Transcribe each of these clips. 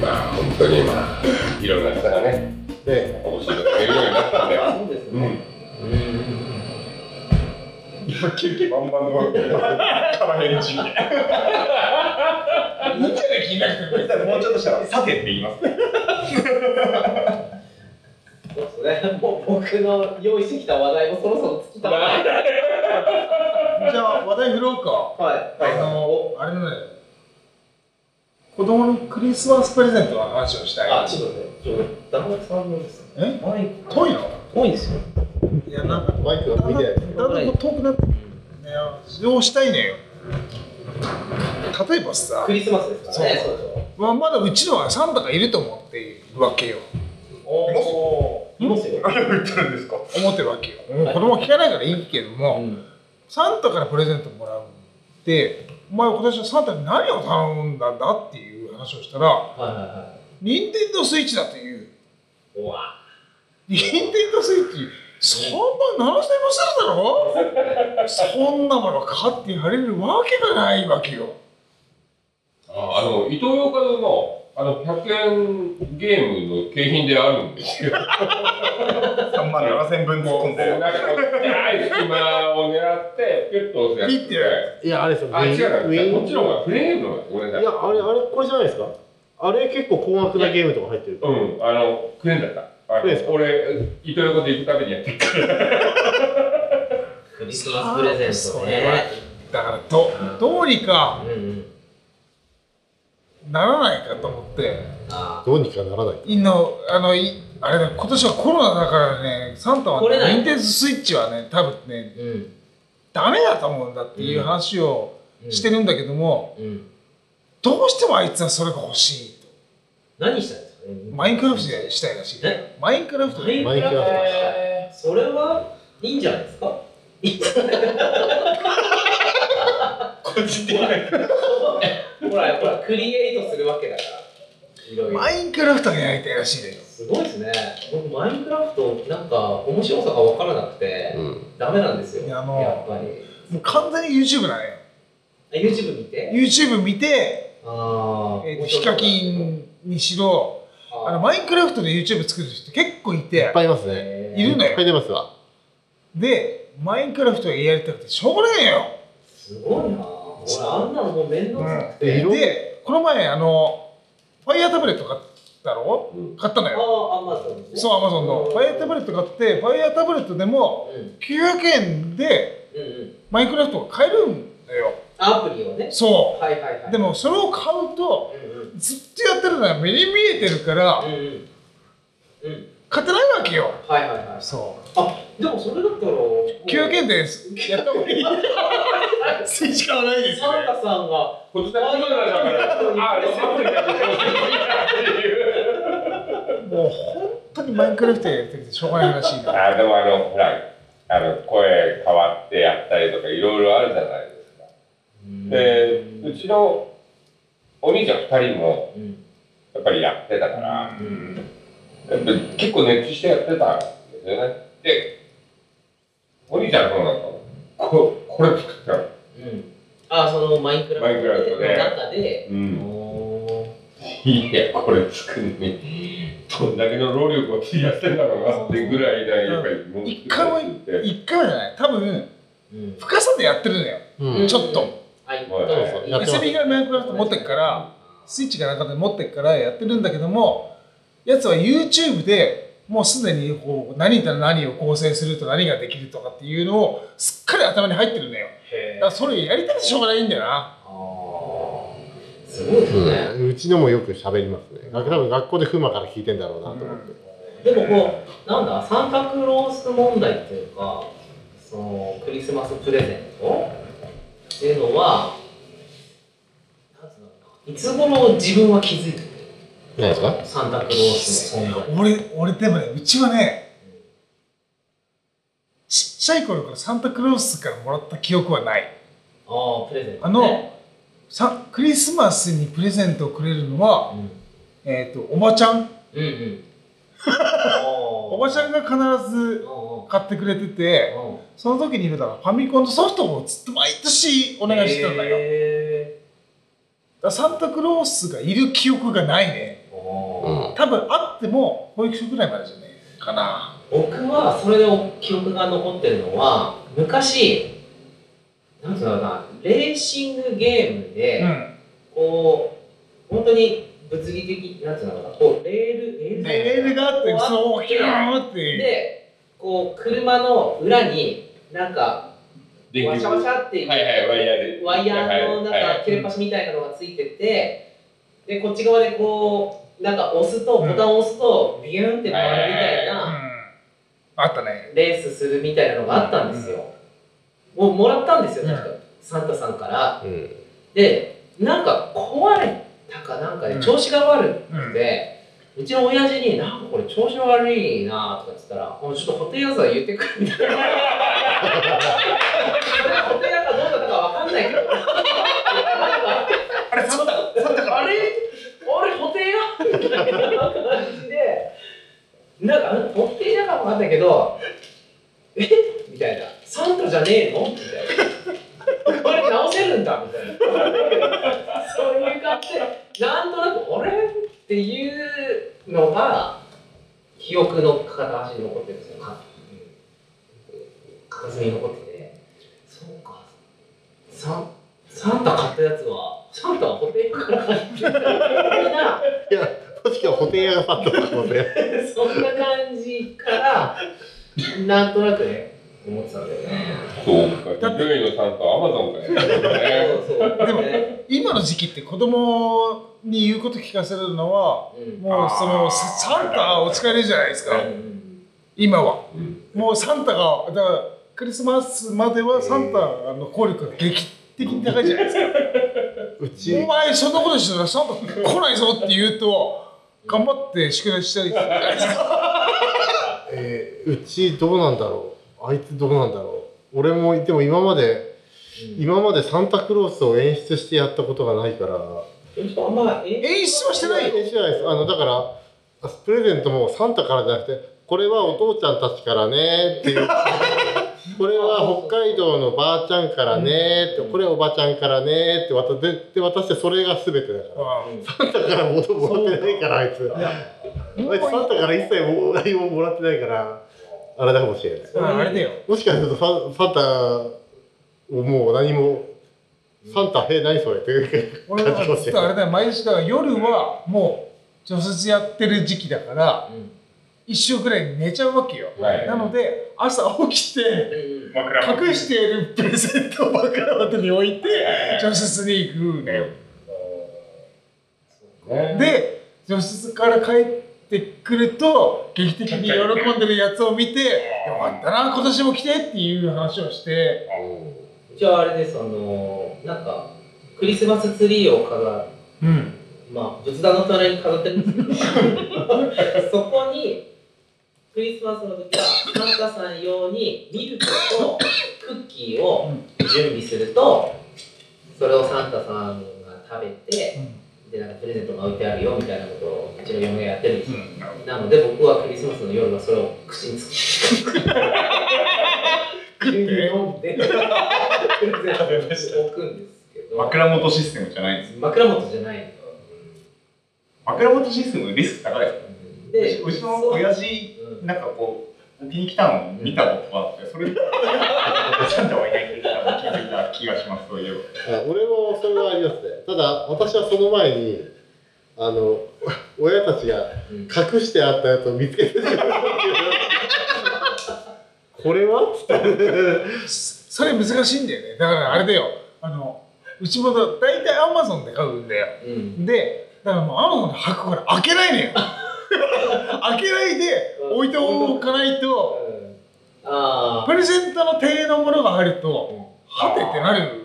当に今、いろんな方がね、で、面白いことが言えるようになったんで、そうですうんね。今休憩バンバンの、から返事いいんじゃない気になくてもいいですねもうちょっとしたらさてって言いますそうですね。もう僕の用意してきた話題もそろそろ尽きたので。はい。じゃあ話題振ろうかあはい。のおあれだね子供のクリスマスプレゼントの話をしたいあ、ちょっとね、ちょっと旦那さんのですえね。マイク遠いの多いんですよ。いやなんかマイクだんだがん見てだんだん遠くなってねをしたいのよ例えばさク、リスマスですからね。そそうでしょまあ、まだうちのはサンタがいると思っているわけよおーいますよ。言ってるんですか思ってるわけよ、もう子供聞かないからいいけども、うんサンタからプレゼントもらうってお前今年はサンタに何を頼んだんだっていう話をしたらはいはいは任天堂スイッチだというい。うわ。任天堂スイッチ3万7000円もするだろそんなもの買ってやれるわけがないわけよああの、伊東洋華堂の、あの、100円ゲームの景品であるんですよ。 3万7千分突っもう、込もんうでなんか、深い隙間を狙って、ピュッと押すやつ。ピッてやるいや、あれですよ。あ、違うウィンな。こっちの方がプレイの方がごめんないさい。や、あれ、あれ、これじゃないですか。あれ、結構高額なゲームとか入ってる。うん、あの、クレーンだった。あクレーンですの俺、伊東洋華堂行くためにやってるから。クリスマスプレゼントね。だからどどうにかうんうん。ならないかと思ってあどうにかならない。いのあのいあれだ今年はコロナだからねサンタは来れないね任天堂スイッチはね多分ねーうん。ダメだと思うんだっていう話をうんしてるんだけども、うん。どうしてもあいつはそれが欲しいと何したんですかね。マインクラフトでしたいらしいえマインクラフトマイでンクラフトがしたいそれはいいんじゃないですか。いいんじゃない。個人的なほら、ほら、クリエイトするわけだから。いろいろ。マインクラフトがやりたいらしいだよすごいですね。僕マインクラフトなんか面白さが分からなくて、ダメなんですよ。いややっもうぱり。もう完全に YouTube だねあ YouTube 見て。 YouTube 見て、ああ。えーとヒカキンにしろあのイマインクラフトで YouTube 作る人結構いいてっぱいいますクね。いるのいっぱいよ出ますわ。でマインクラフトがやりたくてしょうがないよすごいな。俺あんなのもう面倒くさくて。うん色でこの前あのファイヤータブレット買ったろうん買ったのあよあ、アマゾン。そうアマゾンのファイヤータブレット買ってファイヤータブレットでもうんうん900円でうん。マインクラフトが買えるんだよアプリをね。そはいはいはうい。で。もそれを買うとうんうん。ずっとやってるのは目に見えてるからうんうん。うん。買ってないわけよはいはいはい。そうあ、でもそれだったら。 900円。円ですやった方がいい それしかないですサンタさんが。こっちだけだから、あ、ロマンティックだけどっていう。もう本当にマインクラフトやりたくてしょうがないらしいなあ、でもあの、ほら、あの、声変わってやったりとか、いろいろあるじゃないですか。で、うちのお兄ちゃん二人も、うん。やっぱりやってたから、うん。やっぱり結構熱中してやってたんですよね。で、お兄ちゃんの方なんかも、ここれ作ったの。うん。あ、そのマインクラフトマインクラフトねの中で。うおん。おいや、これ作るのに、どんだけの労力を費やしてんだろうなってぐらいな、やっぱりもう作一回もってて。一回もじゃない多分ー。深さでやってるのよううんん。ちょっと。はい。はいそうそうやってます SB がマインクラフト持ってるからスイッチが中で持ってるからやってるんだけどもやつは YouTube でもうすでにこう何と何を構成すると何ができるとかっていうのをすっかり頭に入ってるのよだへかーらそれやりたくてしょうがないんだよなあーすごいですね。うんうちのもよく喋りますね。学多分学校でフマから聞いてんだろうなと思って。でもこうなんだサンタクロース問題っていうかそのクリスマスプレゼントっていうのはなんつうのかないつ頃自分は気づいてる何ですかサンタクロースの存在。俺俺でもねうちはねちっちゃい頃からサンタクロースからもらった記憶はないああプレゼント、ね。あのさクリスマスにプレゼントをくれるのは、うんえー、とおばちゃんうん うん。おおばちゃん。んが必ず買ってくれててその時にいるだからファミコンのソフトをずっと毎年お願いしてたんだよ、だからサンタクロースがいる記憶がないねうん。多分あっても保育所ぐらいまでじゃねえかな僕はそれで記憶が残ってるのは昔なんつうんだろうなレーシングゲームで、うんこう本当に物理的なんつうんだろうなこうレールレールでレールがあってこうそうっヒてューンってでこう車の裏になんか電ワ球シャワシャっていうはいはいワイヤーでワイヤーのなんはいはいか切れ端みたいなのがついてて、でこっち側でこうなんか押すとボタンを押すとビューンって回るみたいうんなあったねレースするみたいなのがあったんですよ。もうもらったんですよ確かサンタさんから。うんでなんか壊れたかなんかで調子が悪うくんて。うちの親父に、なんかこれ調子悪いなとか言ってたら、もうちょっと固定やつは言ってくるみたいな。それは固定やつはどうだったかわかんないけど。なんかあれ、サンタ、サンタから。あれあれ補填やみたいな感じでなんかあの補填やかもあったけどえみたいなサンタじゃねえのみたいなこれ直せるんだみたいなそういう感じでなんとなくあれっていうのが記憶の片端に残ってるんですよか片隅に残っててそうかサンサンタ買ったやつはサンタは補填やから買ってみんないや確か補填屋がサンタだと思ってそんな感じから、なんとなくね、思ってたんだよね。そうか、従業員のサンタはアマゾンかよ。そうそう。でもね、今の時期って子供に言うこと聞かせるのはうん。もうそのあーササンタお疲れじゃないですかうん今はうんもうサンタがだからクリスマスまではサンタの効力が劇的に高いじゃないですか うちお前そんなことしてたらサンタ来ないぞって言うと頑張って宿題したりするじゃないですかえーうちどうなんだろうあいつどうなんだろう俺もでも今まで今までサンタクロースを演出してやったことがないからうん。ちょっとあんま演演出はしてないよ演出じゃないですあのだからプレゼントもサンタからじゃなくてこれはお父ちゃんたちからねっていう これは北海道のばあちゃんからねってこれはおばちゃんからねって渡でで渡してそれが全てだ からサンタからものもらってないからあいつあいつサンタから一切も何ももらってないからあれだかもしれないうんあれだよもしかするとサンサンタをもう何もサンタへ何それっていう俺だからずっとあれだよ毎日だから夜はもう除雪やってる時期だからうん。一週くらい寝ちゃうわけよはいなので朝起きてうん。枕元隠しているプレゼントを枕元に置いて除雪に行くんだよねで除室から帰ってくると劇的に喜んでるやつを見て「よかったな今年も来て」っていう話をしてうちはあれです、あの、なんか、クリスマスツリーを飾うる、んまあ、仏壇の隣に飾ってるんですけど、そ こに、クリスマスの時は、サンタさん用にミルクとクッキーを準備すると、それをサンタさんが食べて、でなんかプレゼントが置いてあるよみたいなことをうちの嫁がやってるんですよ、なので僕はクリスマスの夜はそれを口につ き牛乳飲ん でプレゼントを置くんですけど枕元システムじゃないんです。枕元じゃない枕元システムリスク高いですのよ。うちの親父、そううんなんかこう、置きに来たのを見たことがあって、それで。サンタはいないって言ったのを気づいた気がします、そういえば。あ俺もそれはありますねただ私はその前にあの親たちがうん隠してあったやつを見つけてしまうこれはっつってそれ難しいんだよねだからあれだよあのうちもだ大体アマゾンで買うんだようんでだからもうアマゾンの箱から開けないのよ開けないで置いておかないとうんあプレゼントの定のものが入るとはてってなる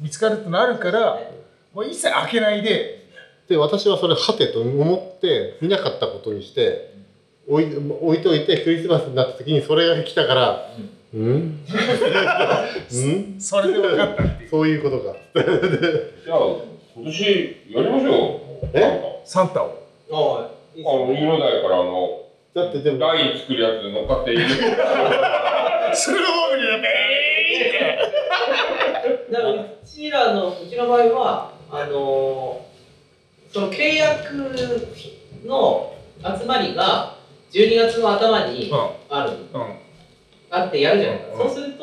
見つかるってなるからもう一切開けないでで私はそれはてと思って見なかったことにして置い置いといてクリスマスになった時にそれが来たから「うんうんそれで分かったっていうそういうことか」じゃあ、今年やりましょうよ。えサンタをああいいあっすねの、色台からあの、だってでもライン作るやつ乗っかっている。スローにベーってだからうちらのうちの場合はあのーその契約の集まりが12月の頭にうんある、うんあってやるじゃないですか、うんそうすると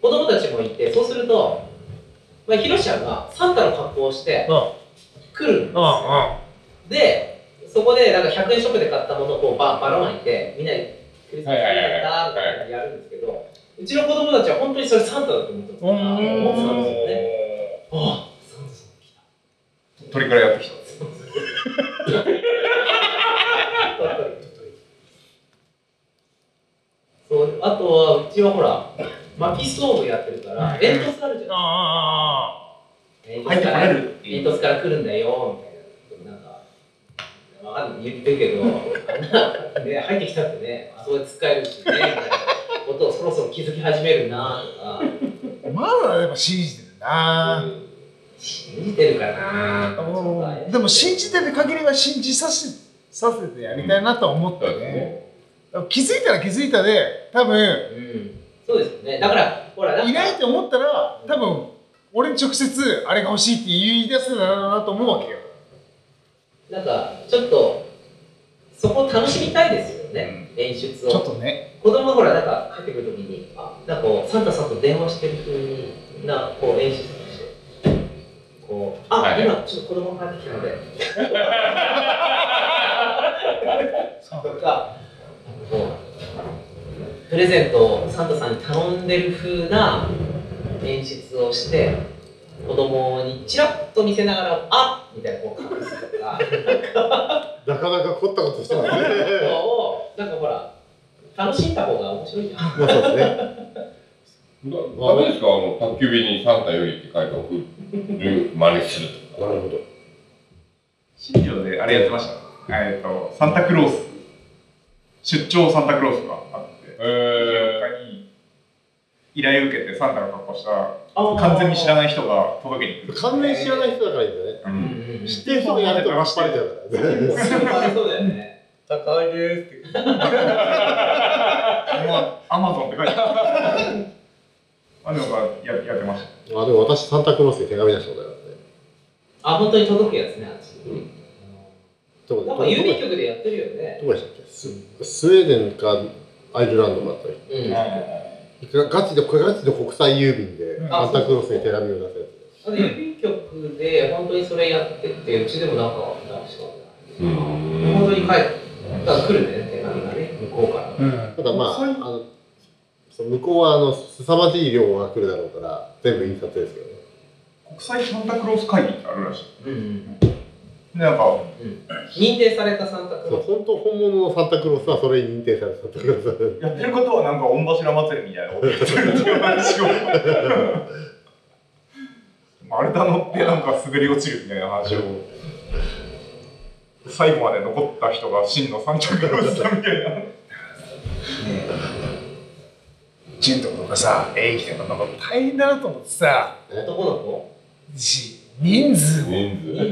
子供たちもいてそうすると、まあ、ヒロシちゃんがサンタの格好をしてうん来るんですうんよ、でそこでなんか100円ショップで買ったものをこうばばらまいてみんなにクリスマスだなーって感じでやるんですけどうちの子供たちは本当にそれサンタだと思ってたから思ってたんですよねああサンタさん来た鳥からやってきたそうあとはうちはほら薪ストーブやってるから煙突あるじゃんあ入入ってこれるってい煙う突から来るんだよみたいななんかわかんない言ってるけどあんなね入ってきたってねあそこで使えるしねみたいなことをそろそろ気づき始めるなとかあまだやっぱ信じてるな信じてるかなとかでも信じてる限りは信じさせさせてやりたいなとは思ってそうですね、ね。気づいたら気づいたで多分うんそうですよねだからほらなんかいないって思ったら多分俺に直接あれが欲しいって言い出すだろうなと思うわけよなんかちょっとそこを楽しみたいですよね、演出をちょっとね子供がほらなんか帰ってくるときにあなんかこうサンタさんと電話してる風になこう演出してこうあ、はい今ちょっと子供が帰ってきたのでとかなんかこうプレゼントをサンタさんに頼んでる風な演出をして子供にちらっと見せながらあみたいなこう隠すと か。なかなか凝ったことしてますのね。をなんかほら楽しんだ方が面白いじゃん。まあそうですね。だダメですかあの宅急便にサンタよりって書いて送る真似するとなるほど。新庄であれやってましたえっとサンタクロース出張サンタクロースがあってか。え他に依頼を受けてサンタの格好したあ完全に知らない。ない人が届けに来る関連知らない人だからいいんだね。ううんんうんうん。知ってる人がやるとバレちゃうから。そうだよね。高いですって。まあアマゾンって書いてある あでもまあややってましたあでも私サンタクロースに手紙出したことあるんで。あ本当に届くやつね。あっちどこでなんどかこで郵便ど局でやってるよね。こでしたっけススウェーデンかアイルランドだったりうん。ああガチでこれガチで国際郵便でうんサンタクロースに手紙を出すやと郵便局で本当にそれやっててうちでもなんか出したんー。うだ。本ん。当に帰ってだから来るね手紙がね向こうから。うんつただまああのその向こうはあの凄まじい量が来るだろうから全部印刷ですけどね国際サンタクロース会議ってあるらしいうんうん。でなんか認定されたサンタクそロうース。本当本物のサンタクロースはそれに認定されたサンタクロースなんでやってることはなんか御柱祭りみたいなことやってるっていう話を丸太乗ってなんか滑り落ちるみたいな話を最後まで残った人が真の三着ロースだみたいな純とかがさ、英樹とかなんか大変だなと思ってさ、男の子。し人数も、人数。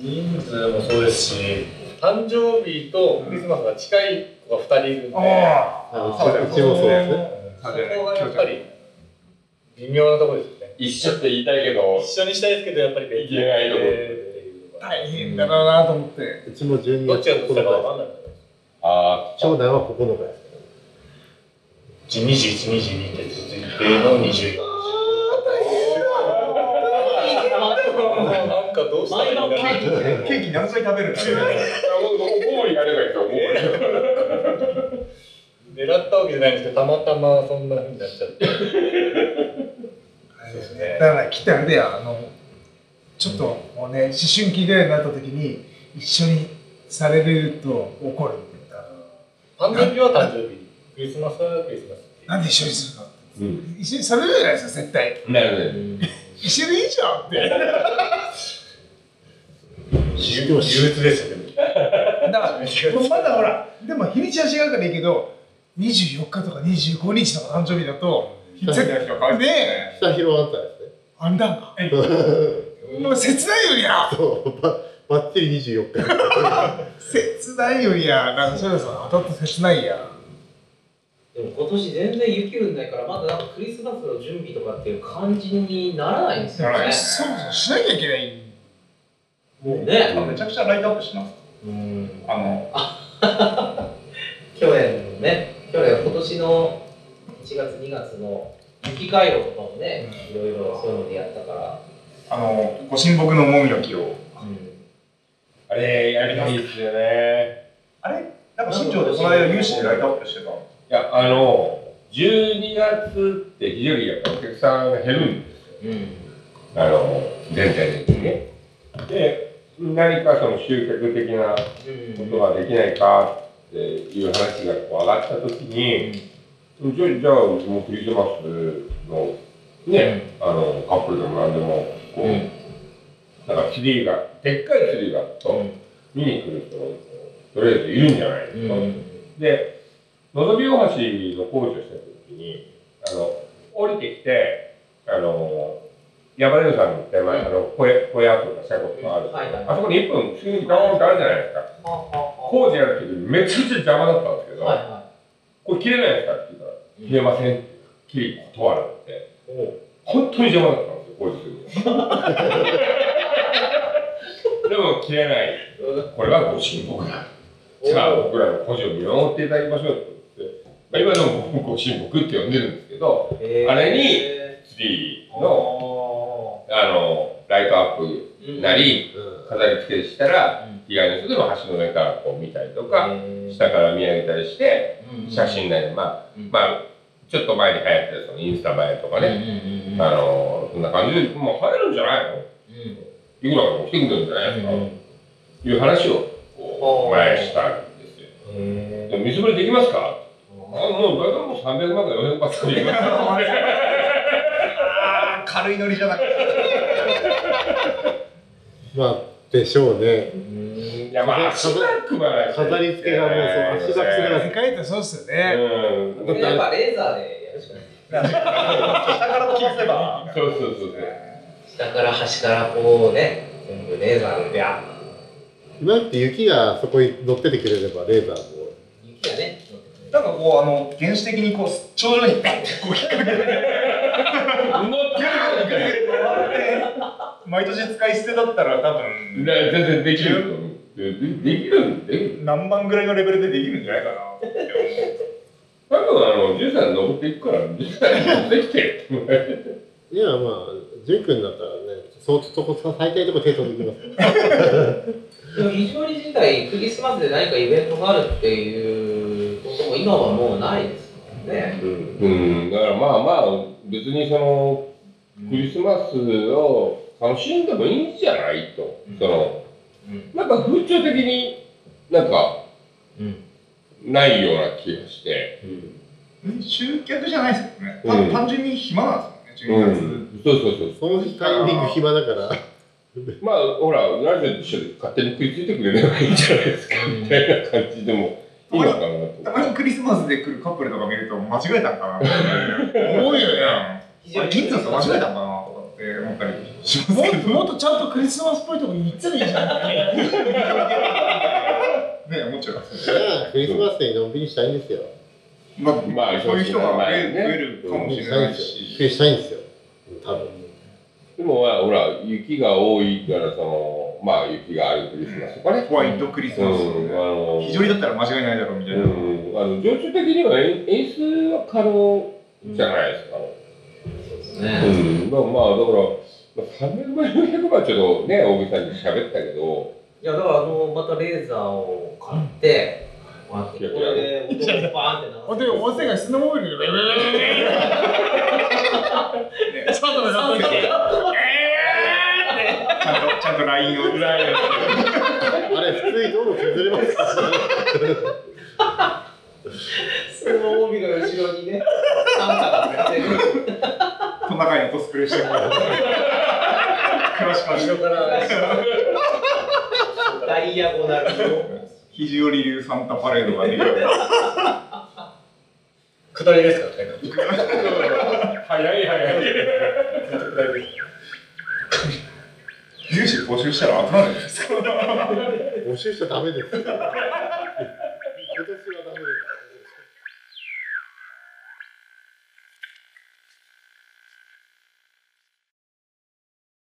人数もそうですし、誕生日とクリスマスが近い子が2人いるんで、あうちうちもそうですねそこがやっぱり微妙なところですよね。一緒って言いたいけど。一緒にしたいですけど、やっぱりいけないとこ大変だろうなと思って。うちも12どっ月ちがどっ9日ちだかですわかんない。あ長男は9日ですけど21、22って続いての24。なんかどうしたらいいのかな。ケーキ何回食べるんだあ。もうもうやればいいと思う。狙ったわけじゃないんですけど、たまたまそんな風になっちゃ って。そうですねだから来たんだよ、あの、ちょっともうね、思春期ぐらいになった時に、一緒にされると怒るんだよ誕生日は誕生日、クリスマスはクリスマスっていう。なんで一緒にするのうん。一緒にされるじゃないですか、絶対。 なるほど。一緒でいいじゃんって。憂憂鬱ですよ、でも。だから、もうまだほら、でも日にちは違うからいいけど、24日とか25日とか誕生日だと、絶対人変わるね北広アンタですねえ、あんだんか。もう切ないよりゃ。そうばばっちり24日切ないよりや、なんかそうですよ当たって切ないや。でも今年全然雪降んないからまだなんかクリスマスの準備とかっていう感じにならないんですよならなねい。そもそもしなきゃいけないんもうね、めちゃくちゃライトアップします。うん、あの、去年のね、去年、今年の1月、2月の雪回路とかもね、いろいろそういうのでやったから、あの、ご神木のもみの木を。うん、あれ、やりたいですよね。あれ、なんか新庄でこの間有志でライトアップしてた。いや、あの、12月って非常にやっぱお客さんが減るんですよ。あの、全体的にね。で、何かその集客的なうん、ことができないかっていう話がこう上がったときに、じゃあ、じゃあ、もうクリスマスのね、あの、カップルでも何でも、こう、うんなんかツリーが、でっかいツリーがうとん見に来る人、とりあえずいるんじゃないですか。で、のぞみ大橋の工事をしてた時に、あの、降りてきて、あの、山根さんの手前、あの、小屋、小屋とか車庫とかある、はいはいあそこに1分、次にドーンってあるじゃないですか。はは工事やる時にめちゃくちゃ邪魔だったんですけど、はいはこれ切れないですかって言ったら、い。切れませんって、切り断られて、本当に邪魔だったんですよ、工事する の。でも切れない。これはご神木だ。じゃあ僕らの個人を見守っていただきましょうって言って、まあ、今でも僕ご神木って呼んでるんですけど、あれにツリーのの、あのライトアップなり、飾り付けしたら、被害の人でも橋の上からこう見たりとか、下から見上げたりして、写真なり、まあ、まあ、ちょっと前に流行ってるそのインスタ映えとかね、ねあのそんな感じで、もう流行るんじゃないのいくらかも来てくれるんじゃないですか、いう話をこう前にしたんですよ。でも水ぶりできますかあもう大体もう300万か400万作りますああ、軽いノリじゃなくて。まあでしょうねいやまあ足が組まないと飾り付けがねそう足が組まない世界ってそうっすよね。うんやっぱレーザーでやるしかない。下から飛ばせば。そうそうそうそう下から端からこうね、全部レーザーでビャー今って雪がそこに乗っててくれればレーザーも雪がね、なんかこう、あの、原始的にこう、頂上に、こう引っ掛けて、毎年使い捨てだったら多全分、然できると思うでできるんできる何万ぐらいのレベルでできるんじゃないかなって多分あの、ジュさん登っていくから、ジュさん登ってきて。ういやまあ純君だったらね相当とこ最低のとこ手届きますでも非常に自体、クリスマスで何かイベントがあるっていうことも今はもうないですからね。うん、だからまあまあ、別にその、クリスマスを楽しんでもいいんじゃないと。うんその、うんなんか風潮的になんか、うんないような気がして。いう。集客じゃないですよね。うん単単純に暇なんですよね、う12月。ん、そうそうそう。そのタイミング暇だから まあ、ほら、ラジオと一緒で勝手に食いついてくれればいいんじゃないですか、みたいな感じでもいいのかなとたまにクリスマスで来るカップルとか見ると間違えたんかなって思うよね。あれ銀座さん間違えたんかなとかって思ったりしますもけっ とど。もっとちゃんとクリスマスっぽいとこに行ってもいいじゃん。ね思っちゃいますじゃあクリスマスにのんびりしたいんですよまあ、まあそういう人が増えまあね増えるかのんもびしりしれたいなんいですよしゆっく。りしたいんですよ多分でもまあほら雪が多いからそのまあ雪があるクリスマスとかね。ホワイトクリスうマス、ん、あの非常にだったら間違いないだろうみたいな、うん、あの常駐的には演演出は可能じゃないですか。そうですうね。ん、まあまあだから300倍400倍ちょっとね大げさに喋ったけど、いや、だからあの、またレーザーを買って、こうやって、これで音をバーンって流す。本当に音声が質のモビルで。ちょっと待って待ってちゃんとちゃんと LINE を裏へあれ普通に道路削れま すからねその帯の後ろにね、サンタが出てる。トナカイのコスプレしてもらう 詳しくは後ろからダイヤゴナルの。肘折流サンタパレードができる下りですからね。早い早い。有志募集したら集まるんですか募集しちゃダメですよ